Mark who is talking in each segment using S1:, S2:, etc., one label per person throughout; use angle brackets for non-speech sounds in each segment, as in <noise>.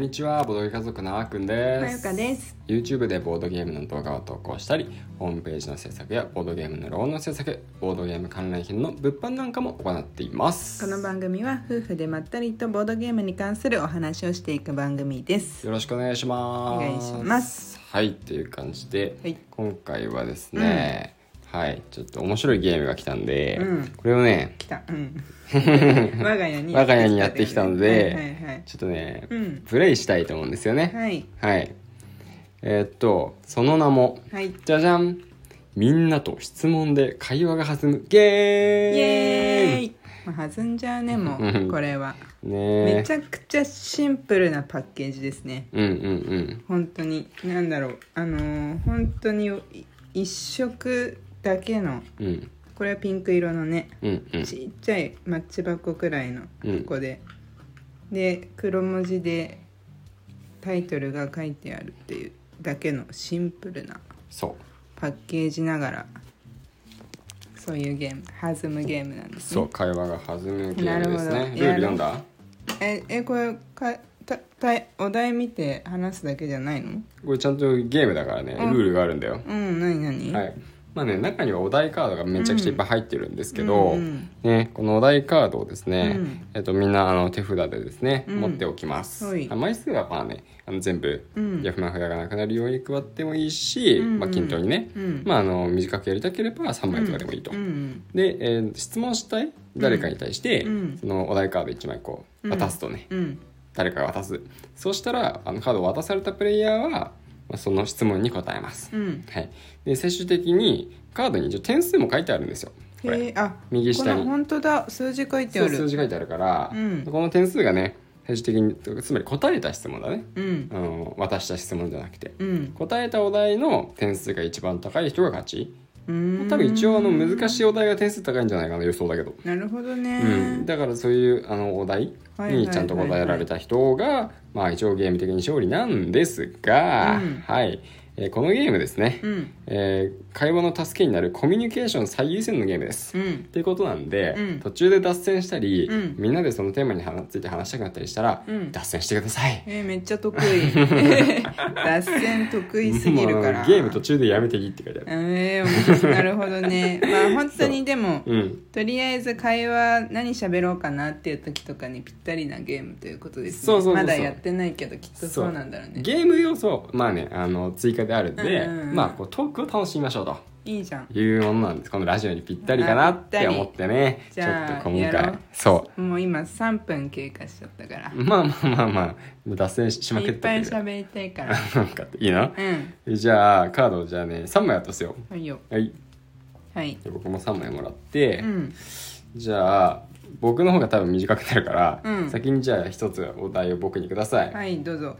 S1: にちはボードゲ家族のあーくん
S2: ま
S1: で
S2: ゆ
S1: す
S2: かです。
S1: YouTube でボードゲームの動画を投稿したりホームページの制作やボードゲームのローンの制作ボードゲーム関連品の物販なんかも行っています
S2: この番組は夫婦でまったりとボードゲームに関するお話をしていく番組です。
S1: よろしくお願いします
S2: お願いします
S1: はいっていう感じで、
S2: はい
S1: 今回はですね、はいちょっと面白いゲームが来たんで、
S2: うん
S1: これをね
S2: 来た。
S1: <laughs>
S2: うん。我が家に
S1: 我が家にやってきたので、
S2: はいはいはい。
S1: ちょっとね、
S2: うん
S1: プレイしたいと思うんですよね、
S2: はい。
S1: はい。えーっと、その名も、
S2: はい。イ
S1: じゃじゃんみんなと質問で会話が弾むゲー
S2: エー
S1: ム
S2: イ。まあ、弾んじゃうねも
S1: うん
S2: うこれは。
S1: ねえ
S2: めちゃくちゃシンプルなパッケージですね。
S1: うんうん
S2: 本当になんだろうあのー本当にい一色だけの
S1: うん。うん
S2: これはピンク色のね。
S1: うんうん。
S2: ちっちゃいマッチ箱くらいの箱で、で黒文字でタイトルが書いてあるっていうだけのシンプルな
S1: そう。
S2: パッケージながらそういうゲーム弾むゲームなんですね
S1: そう、会話が弾むゲームです
S2: なる
S1: ね。
S2: ほ
S1: ル
S2: ど
S1: ール読んだ
S2: ええこれかたたお題見て話すだけじゃないの
S1: これちゃんとゲームだからね、ル
S2: ん
S1: ールがあるんだよ。
S2: うん何何
S1: はい。まあね、中にはお題カードがめちゃくちゃいっぱい入ってるんですけど、
S2: うんうん
S1: ね、このお題カードをですね、
S2: うん
S1: えっと、みんなあの手札でですね、
S2: うん
S1: 持っておきます、
S2: はい
S1: あ枚数はまあねあの全部
S2: うん
S1: ヤフマフヤがなくなるように配ってもいいし、
S2: うんうん
S1: まあ、均等にね、
S2: うん
S1: まあ、あの短くやりたければ3枚とかでもいいと、
S2: うんうん
S1: で、えー質問したい誰かに対して、
S2: うん
S1: そのお題カード1枚こう渡すとね、
S2: うん
S1: 誰かが渡すそうしたらあのカードを渡されたプレイヤーは、まあ、その質問に答えます、
S2: うん
S1: はい、で最終的にカードに一応点数も書いてあるんですよこ
S2: へ
S1: れ
S2: えあ
S1: 右下に
S2: この本当だ数字書いて
S1: そ
S2: あ
S1: う数
S2: る
S1: 字書いてあるから、
S2: うん
S1: この点数がね最終的につまり答えた質問だね
S2: うん
S1: あの渡した質問じゃなくて
S2: うん
S1: 答えたお題の点数が一番高い人が勝ち
S2: うーん
S1: 多分一応あの難しいお題が点数高いんじゃないかな予想だけど、
S2: なるほど
S1: う
S2: ね、
S1: ん、だからそういうあのお題
S2: はいはい
S1: にちゃんと答えられた人がまあ一応ゲーム的に勝利なんですが、
S2: うん
S1: はい、えーこのゲームですね、
S2: うん
S1: えー会話の助けになるコミュニケーション最優先のゲームです
S2: うん
S1: っていうことなんで、
S2: うん
S1: 途中で脱線したり、
S2: うん
S1: みんなでそのテーマに話ついて話したくなったりしたら、
S2: うん
S1: 脱線してください
S2: えーめっちゃ得 <laughs> 意脱線得意すぎるか
S1: も
S2: ら
S1: うゲーム途中でやめていいって書いてある
S2: えー面白いなるほどねまあ本当にでも
S1: うん
S2: とりあえず会話何喋ろうかなっていう時とかにぴったりなゲームということですね
S1: そうそうそうそう
S2: まだやってないけどきっとそうなんだろうね
S1: ゲーム要素まあねあの追加であるんで、
S2: うんうんうん
S1: まあこうトークを楽しみましょう
S2: いいじゃん
S1: というものなんですこのラジオにぴったりかなって思ってね
S2: じ
S1: ちょっと
S2: ゃあ
S1: 今
S2: やろ
S1: 回
S2: う
S1: そ
S2: もう今3分経過しちゃったから
S1: うまあまあまあまあ脱線しまく
S2: い
S1: っ
S2: ってぱい
S1: るけど
S2: 喋りたいから
S1: <laughs> なんかっていいな
S2: うん
S1: じゃあカードをじゃあね3枚渡すよ
S2: はいよ
S1: はい
S2: はい
S1: で僕も3枚もらって、
S2: うん
S1: じゃあ僕の方が多分短くなるから、
S2: うん
S1: 先にじゃあ一つお題を僕にください、
S2: はいどうぞ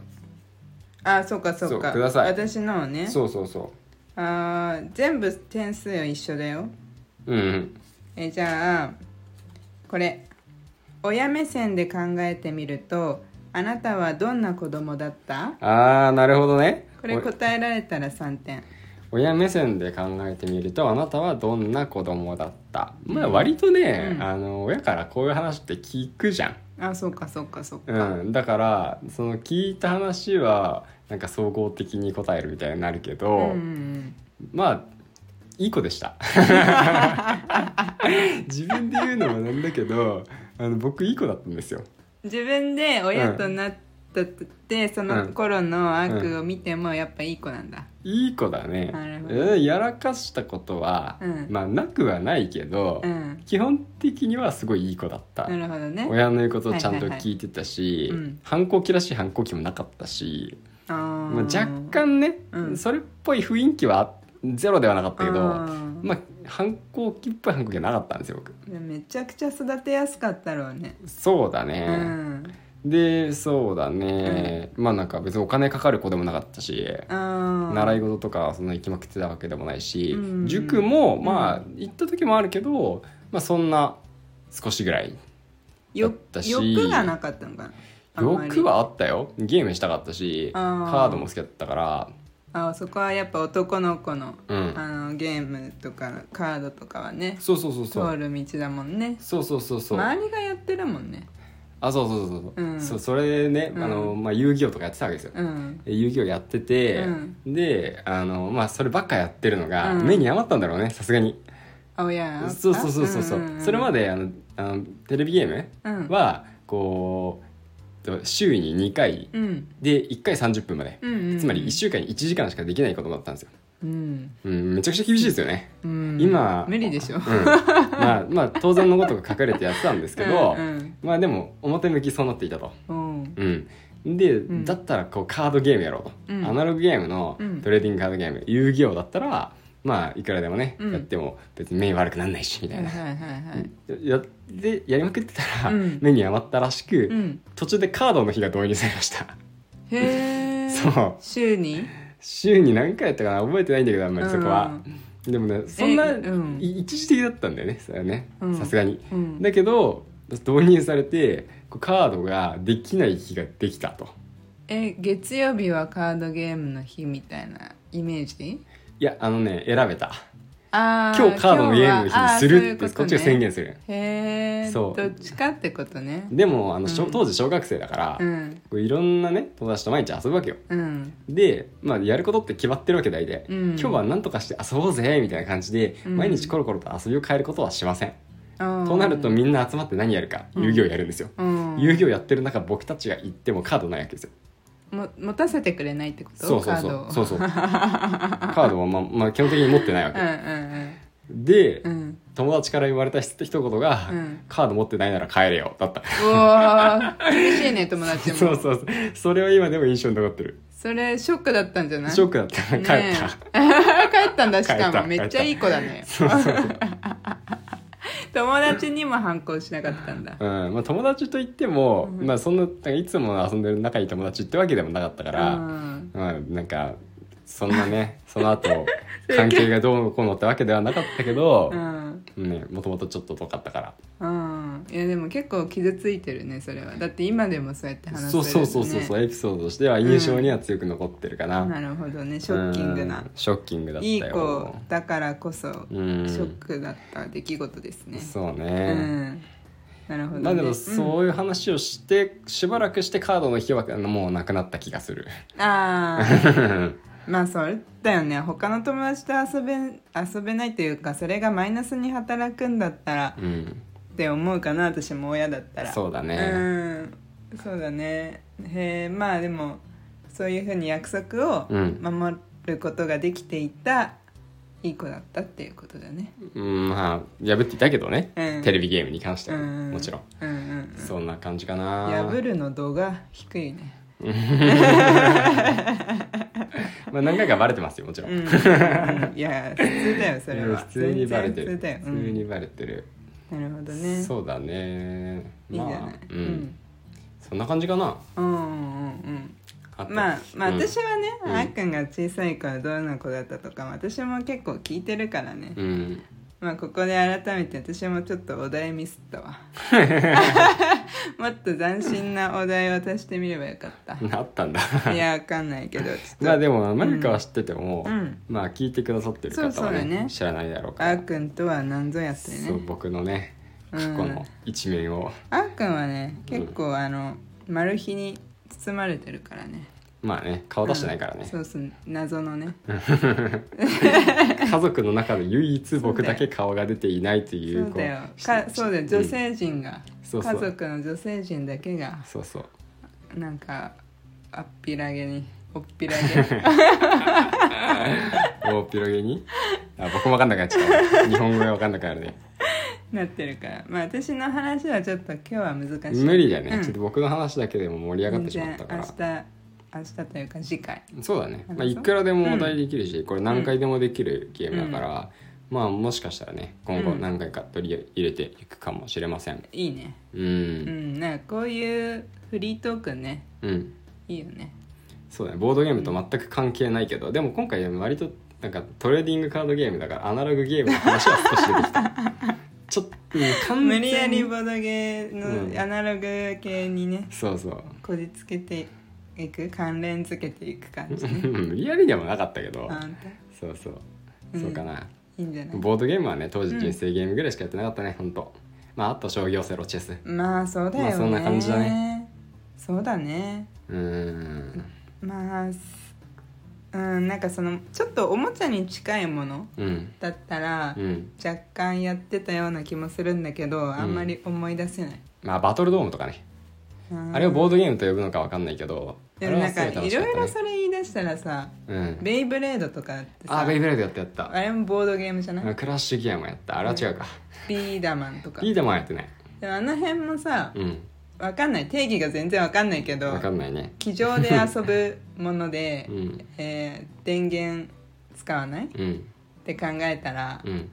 S2: あそうかそうか
S1: そうください
S2: 私のをね
S1: そうそうそ
S2: あー全部点数は一緒だよ
S1: ううんうん
S2: えーじゃあこれ親目線で考えてみるとあなたはどんな子供だった
S1: あーなるほどね
S2: これ答えられたら3点
S1: お親目線で考えてみるとあなたはどんな子供だったまあ割とね、
S2: うん
S1: あの親からこういう話って聞くじゃん、
S2: あそうかそうかそうか、
S1: うん、だからその聞いた話はなんか総合的に答えるみたいになるけど、
S2: うんうん
S1: まあいい子でした
S2: <laughs>
S1: 自分で言うのもなんだけどあの僕いい子だったんですよ
S2: 自分で親となったって、その頃のアークを見てもやっぱいい子なんだ、
S1: いい子だね
S2: なるほど
S1: うんやらかしたことは、
S2: うん
S1: まあなくはないけど、
S2: うん
S1: 基本的にはすごいいい子だった
S2: なるほどね
S1: 親の言うことをちゃんと聞いてたし、
S2: はいはいはいうん
S1: 反抗期らしい反抗期もなかったし、
S2: あー
S1: まあ、若干ね、
S2: うん
S1: それっぽい雰囲気はゼロではなかったけど
S2: あー
S1: まあ反抗期っぽい反抗期はなかったんですよ僕
S2: めちゃくちゃ育てやすかったろうね、
S1: そうだ
S2: う
S1: ね、
S2: ん
S1: でそうだね、まあなんか別にお金かかる子でもなかったし、
S2: あ
S1: 習い
S2: 事
S1: 事とかそんな行きまくってたわけでもないし、
S2: うん
S1: 塾もまあ行った時もあるけど、まあ、そんな少しぐらいだったし
S2: 欲がなかったのかなあんまり
S1: 欲はあったよゲームしたかったし
S2: あー
S1: カードも好きだったから
S2: あそこはやっぱ男の子の,、
S1: うん
S2: あのゲームとかカードとかはね
S1: そうそうそうそ
S2: 通
S1: う
S2: る道だもんね
S1: そうそうそうそう
S2: 周りがやってるもんね
S1: あそうそうそうそう、
S2: うん
S1: そそれでね、
S2: うん
S1: あのまあ、遊戯王とかやってたわけですよ、
S2: うん
S1: で遊戯王やってて、
S2: うん
S1: であの、まあ、そればっかやってるのが
S2: うん
S1: 目に余ったんだろうねさすがに、
S2: あおや
S1: そうそうそうそうそう、それまであのあのテレビゲーム
S2: うん
S1: はこうと週に2回
S2: うん
S1: で1回30分まで、
S2: うんうんうん
S1: つまり1週間に1時間しかできないことだったんですよ、
S2: うん
S1: うん、めちゃくちゃ厳しいですよね、
S2: うん
S1: 今
S2: 無理でしょ <laughs>
S1: うん、まあまあ当然のことが隠れてやってたんですけど、
S2: うん
S1: まあでも表向きそうなっていたと、
S2: うんうん
S1: うん、で、
S2: ん
S1: だったらこうカードゲームやろうと、
S2: うん
S1: アナログゲームの
S2: うん
S1: トレーディングカードゲーム、遊戯王だったらまあいくらでもね、
S2: うん
S1: やっても別に目悪くなんないしみた
S2: はいい
S1: な、
S2: はいはいはい
S1: やでやりまくってたら、
S2: うん
S1: 目に余ったらしく、
S2: うん
S1: 途中でカードの日が導入されました <laughs>
S2: へえ
S1: そう
S2: 週に
S1: 週に何回やったかな覚えてないんだけどあんまりそこは、でもねそんな、
S2: えうん
S1: い一時的だったんだよねそれはね
S2: うん
S1: さすがに、
S2: うん
S1: だけど導入されてこうカードができない日ができたと
S2: え月曜日はカードゲームの日みたいなイメージ
S1: いやあのね選べた
S2: あ
S1: 今日カードのゲームの日にするってこっちが宣
S2: 言
S1: 言する
S2: へえ
S1: そ
S2: ど
S1: う
S2: っちかってことね
S1: でもあの、しょ
S2: うん
S1: 当時小学生だから、
S2: うん
S1: こういろんなね友達と毎日遊ぶわけよ
S2: うん
S1: で、まあ、やることって決まってるわけ大体、
S2: うん
S1: 今日は何とかして遊ぼうぜみたいな感じで、
S2: うん
S1: 毎日コロコロと遊びを変えることはしません、
S2: と
S1: となるとみんな集まって何やるか、
S2: うん
S1: 遊戯王やるんですよ、
S2: うん
S1: 遊戯王やってる中僕たちが行ってもカードないわけですよ
S2: も持たせてくれないってこと
S1: そうそう
S2: カー
S1: そ
S2: ドを
S1: うそう
S2: <laughs>
S1: そうカードは、まあまあ、基本的に持ってないわ
S2: う
S1: け、
S2: んうん
S1: で、
S2: うんうん
S1: 友達から言われた一言が、
S2: うん
S1: カード持ってないなら帰れよ」だった
S2: うわー厳しいね友達
S1: <laughs>
S2: も
S1: そうそうそうそれは今でも印象に残ってる
S2: それショックだったんじゃない
S1: ショックだった帰った、
S2: ねえ帰ったんだし
S1: 帰
S2: か
S1: った
S2: もめっちゃいい子だね <laughs> 友達にも反抗しなかったんだ
S1: うんまあ、友達といっても、
S2: うん
S1: まあ、そんななんかいつも遊んでる仲いい友達ってわけでもなかったから、
S2: うん
S1: まあ、なんかそんな
S2: <laughs>
S1: ねその後関係がどうこうのってわけではなかったけど
S2: う、ん
S1: ね、もともとちょっと遠かったから
S2: うんいやでも結構傷ついてるねそれはだって今でもそうやって話せ
S1: そ
S2: る
S1: うそうそうそうそう、
S2: ね
S1: エピソードとしては印象には強く残ってるかな、
S2: なるほどねショッキングな
S1: うんショッキングだったよ
S2: いい子だからこそシ
S1: うん
S2: ョックだった出来事ですね
S1: そう
S2: う
S1: ね、
S2: んなるほどね
S1: まあでも
S2: うん
S1: そういう話をして、しばらくしてカードの日はあのもうなくなった気がする
S2: ああ
S1: <laughs>
S2: まあそうだよね他の友達と遊べ遊べないというかそれがマイナスに働くんだったら
S1: うん
S2: って思うかな私も親だったら
S1: そうだね
S2: うんそうだねへえまあでもそういうふうに約束を
S1: うん
S2: 守ることができていた、いい子だったっていうことだね
S1: うんまあ破っていたけどね、
S2: うん
S1: テレビゲームに関しては、
S2: うん
S1: もちろん
S2: うんうん
S1: そんな感じかな
S2: 破るの度が低いね
S1: まあ、何回かバレてますよもちろん、
S2: うん、うんいや普通だよそれ
S1: うん
S2: は
S1: <laughs> 普通にバレてる
S2: 全然普通だよ、うん
S1: 普通にバレてる、
S2: なるほどね
S1: そうだね
S2: いいじ
S1: ま
S2: ゃ
S1: あ
S2: ない、
S1: うん、そんな感じかな
S2: うんうんうん
S1: あと
S2: まあまあ
S1: うん
S2: 私はね、
S1: うん
S2: あっくんが小さい頃どんな子だったとか私も結構聞いてるからね、
S1: うん
S2: まあここで改めて私もちょっとお題ミスっ
S1: <laughs>
S2: たわもっと斬新なお題を足してみればよかっ
S1: あったんだ <laughs>
S2: たいやわかんないけどちょっと
S1: まあでもマリカは知ってても、
S2: うん
S1: まあ聞いてくださってる方
S2: そうそ
S1: は
S2: う
S1: ね
S2: だね
S1: 知らないだろうか
S2: あ
S1: ら
S2: っくんとは何ぞやってね
S1: そう僕のね過去
S2: うん
S1: の一面を、
S2: あーくんはね結構あのマル秘に包まれてるからね
S1: まあね顔出してないからね、
S2: そうそう謎のね
S1: 家族の中で唯一僕だけ顔が出ていないとい
S2: そううだよ
S1: こ
S2: かそうだよ女性陣が、
S1: そうそう
S2: 家族の女性陣だけが
S1: そうそう
S2: なんかあっぴらげにおっぴらげ
S1: 大広げにあ僕も分かんなくなっちゃった日本語が分かんなくなるね
S2: なってるからまあ私の話はちょっと今日は難しい
S1: 無理だね、
S2: うん
S1: ちょっと僕の話だけでも盛り上がってしまったか
S2: 全
S1: ら
S2: 然明日明日というか次回
S1: そうだね、まあ、
S2: 話
S1: い
S2: そう
S1: くらでもお題できるし、これ何回でもできるゲームだから、まあもしかしたらね今後
S2: うん
S1: 何回か取り入れていくかもしれません
S2: いいね
S1: うん、
S2: うんなんかこういうフリートークね
S1: うん
S2: いいよね
S1: そうだねボードゲームと全く関係ないけど、でも今回は割となんかトレーディングカードゲームだからアナログゲームの話は少し出てきた <laughs> ちょっとうん完
S2: 無
S1: 全
S2: 理
S1: に
S2: やりボドゲー
S1: うん
S2: のアナログ系にね
S1: そうそう
S2: こじつけていく関連づけていく感じね
S1: 無理やりでもなかったけど
S2: あんた
S1: そうそう
S2: うん
S1: そうかな、
S2: いいんじゃない
S1: ボードゲームはね当時人生ゲームぐらいしかやってなかったね、ほんとまああと商業セロチェス
S2: まあそうだよね、
S1: まあそんな感じだね
S2: そうだね
S1: うーん
S2: まあすうんなんかそのちょっとおもちゃに近いもの
S1: うん
S2: だったら、
S1: うん
S2: 若干やってたような気もするんだけどあんまり思い出せない、
S1: まあバトルドームとかねあれをボードゲームと呼ぶのかわかんないけど
S2: でもなんかいろいろ
S1: そ
S2: それ言い出したらさ
S1: うん
S2: ベイブレードとかってさ
S1: あベイブレードやったやった
S2: あれもボードゲームじゃない、
S1: クラッシュギアもやったあれは違うか
S2: ビーダマンとか
S1: リーダーもやってない
S2: でもあの辺もさ
S1: うん
S2: わかんない定義が全然わかんないけど
S1: わかんないね
S2: 机上で遊ぶもので、
S1: うん
S2: えー電源使わないっ
S1: うん
S2: て考えたら、
S1: うん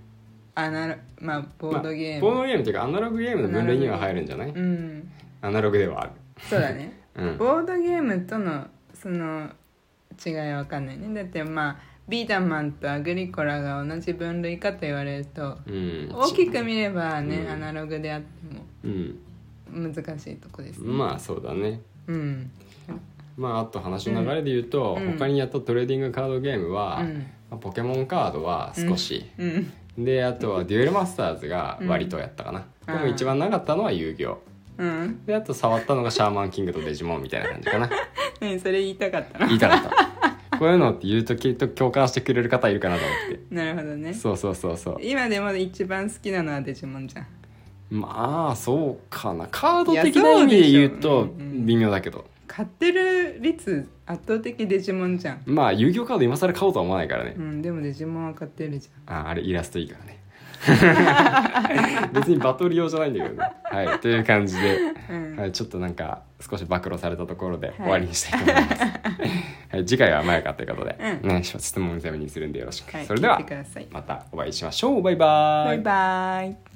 S2: アナロまあボードゲー
S1: まあ
S2: ム、
S1: ボードゲームっていうかアナログゲームの分類には入るんじゃない
S2: うん
S1: アナログではある
S2: そうだね
S1: うん
S2: ボードゲームとのその違いはわかんないねだってまあビーダマンとアグリコラが同じ分類かと言われると
S1: うん
S2: 大きく見ればね、
S1: うん
S2: アナログであって
S1: うん
S2: も難しいとこですね、
S1: まあそうだね
S2: うん
S1: まああと話の流れで言うと、
S2: うん
S1: 他にやったトレーディングカードゲームは、
S2: うん
S1: まあポケモンカードは少し、
S2: うん
S1: であとはデュエルマスターズが割とやったかな、
S2: うん
S1: でも一番長かったのは遊戯王
S2: うん
S1: であと触ったのがシャーマンキングとデジモンみたいな感じかな
S2: 何 <laughs> それ言いたかったな
S1: 言いたか
S2: <laughs>
S1: ったこういうのって言うときっと共感してくれる方いるかなと思っ
S2: なるほどね
S1: てそうそうそうそう
S2: 今でも一番好きなのはデジモンじゃん
S1: まあそうかなカード
S2: いや
S1: 的な意味で言う
S2: そ
S1: と
S2: うでしょうんうん
S1: 微妙だけど、
S2: 買ってる率圧倒的デジモンじゃん
S1: まあ遊戯王カード今更買おうとは思わないからね、
S2: うんでもデジモンは買ってるじゃん
S1: ああれイラストいいからね <laughs> 別にバトル用じゃないんだけどねはいという感じで、
S2: うん
S1: はい、ちょっとなんか少し暴露されたところで
S2: い
S1: 終わりにしたいと思います、は
S2: <laughs>
S1: い、次回はまやかということで、
S2: うん
S1: ね、質問攻めにするんでよろしく、
S2: はい
S1: それでは
S2: 聞いてください
S1: またお会いしましょうバイバ
S2: バイバイ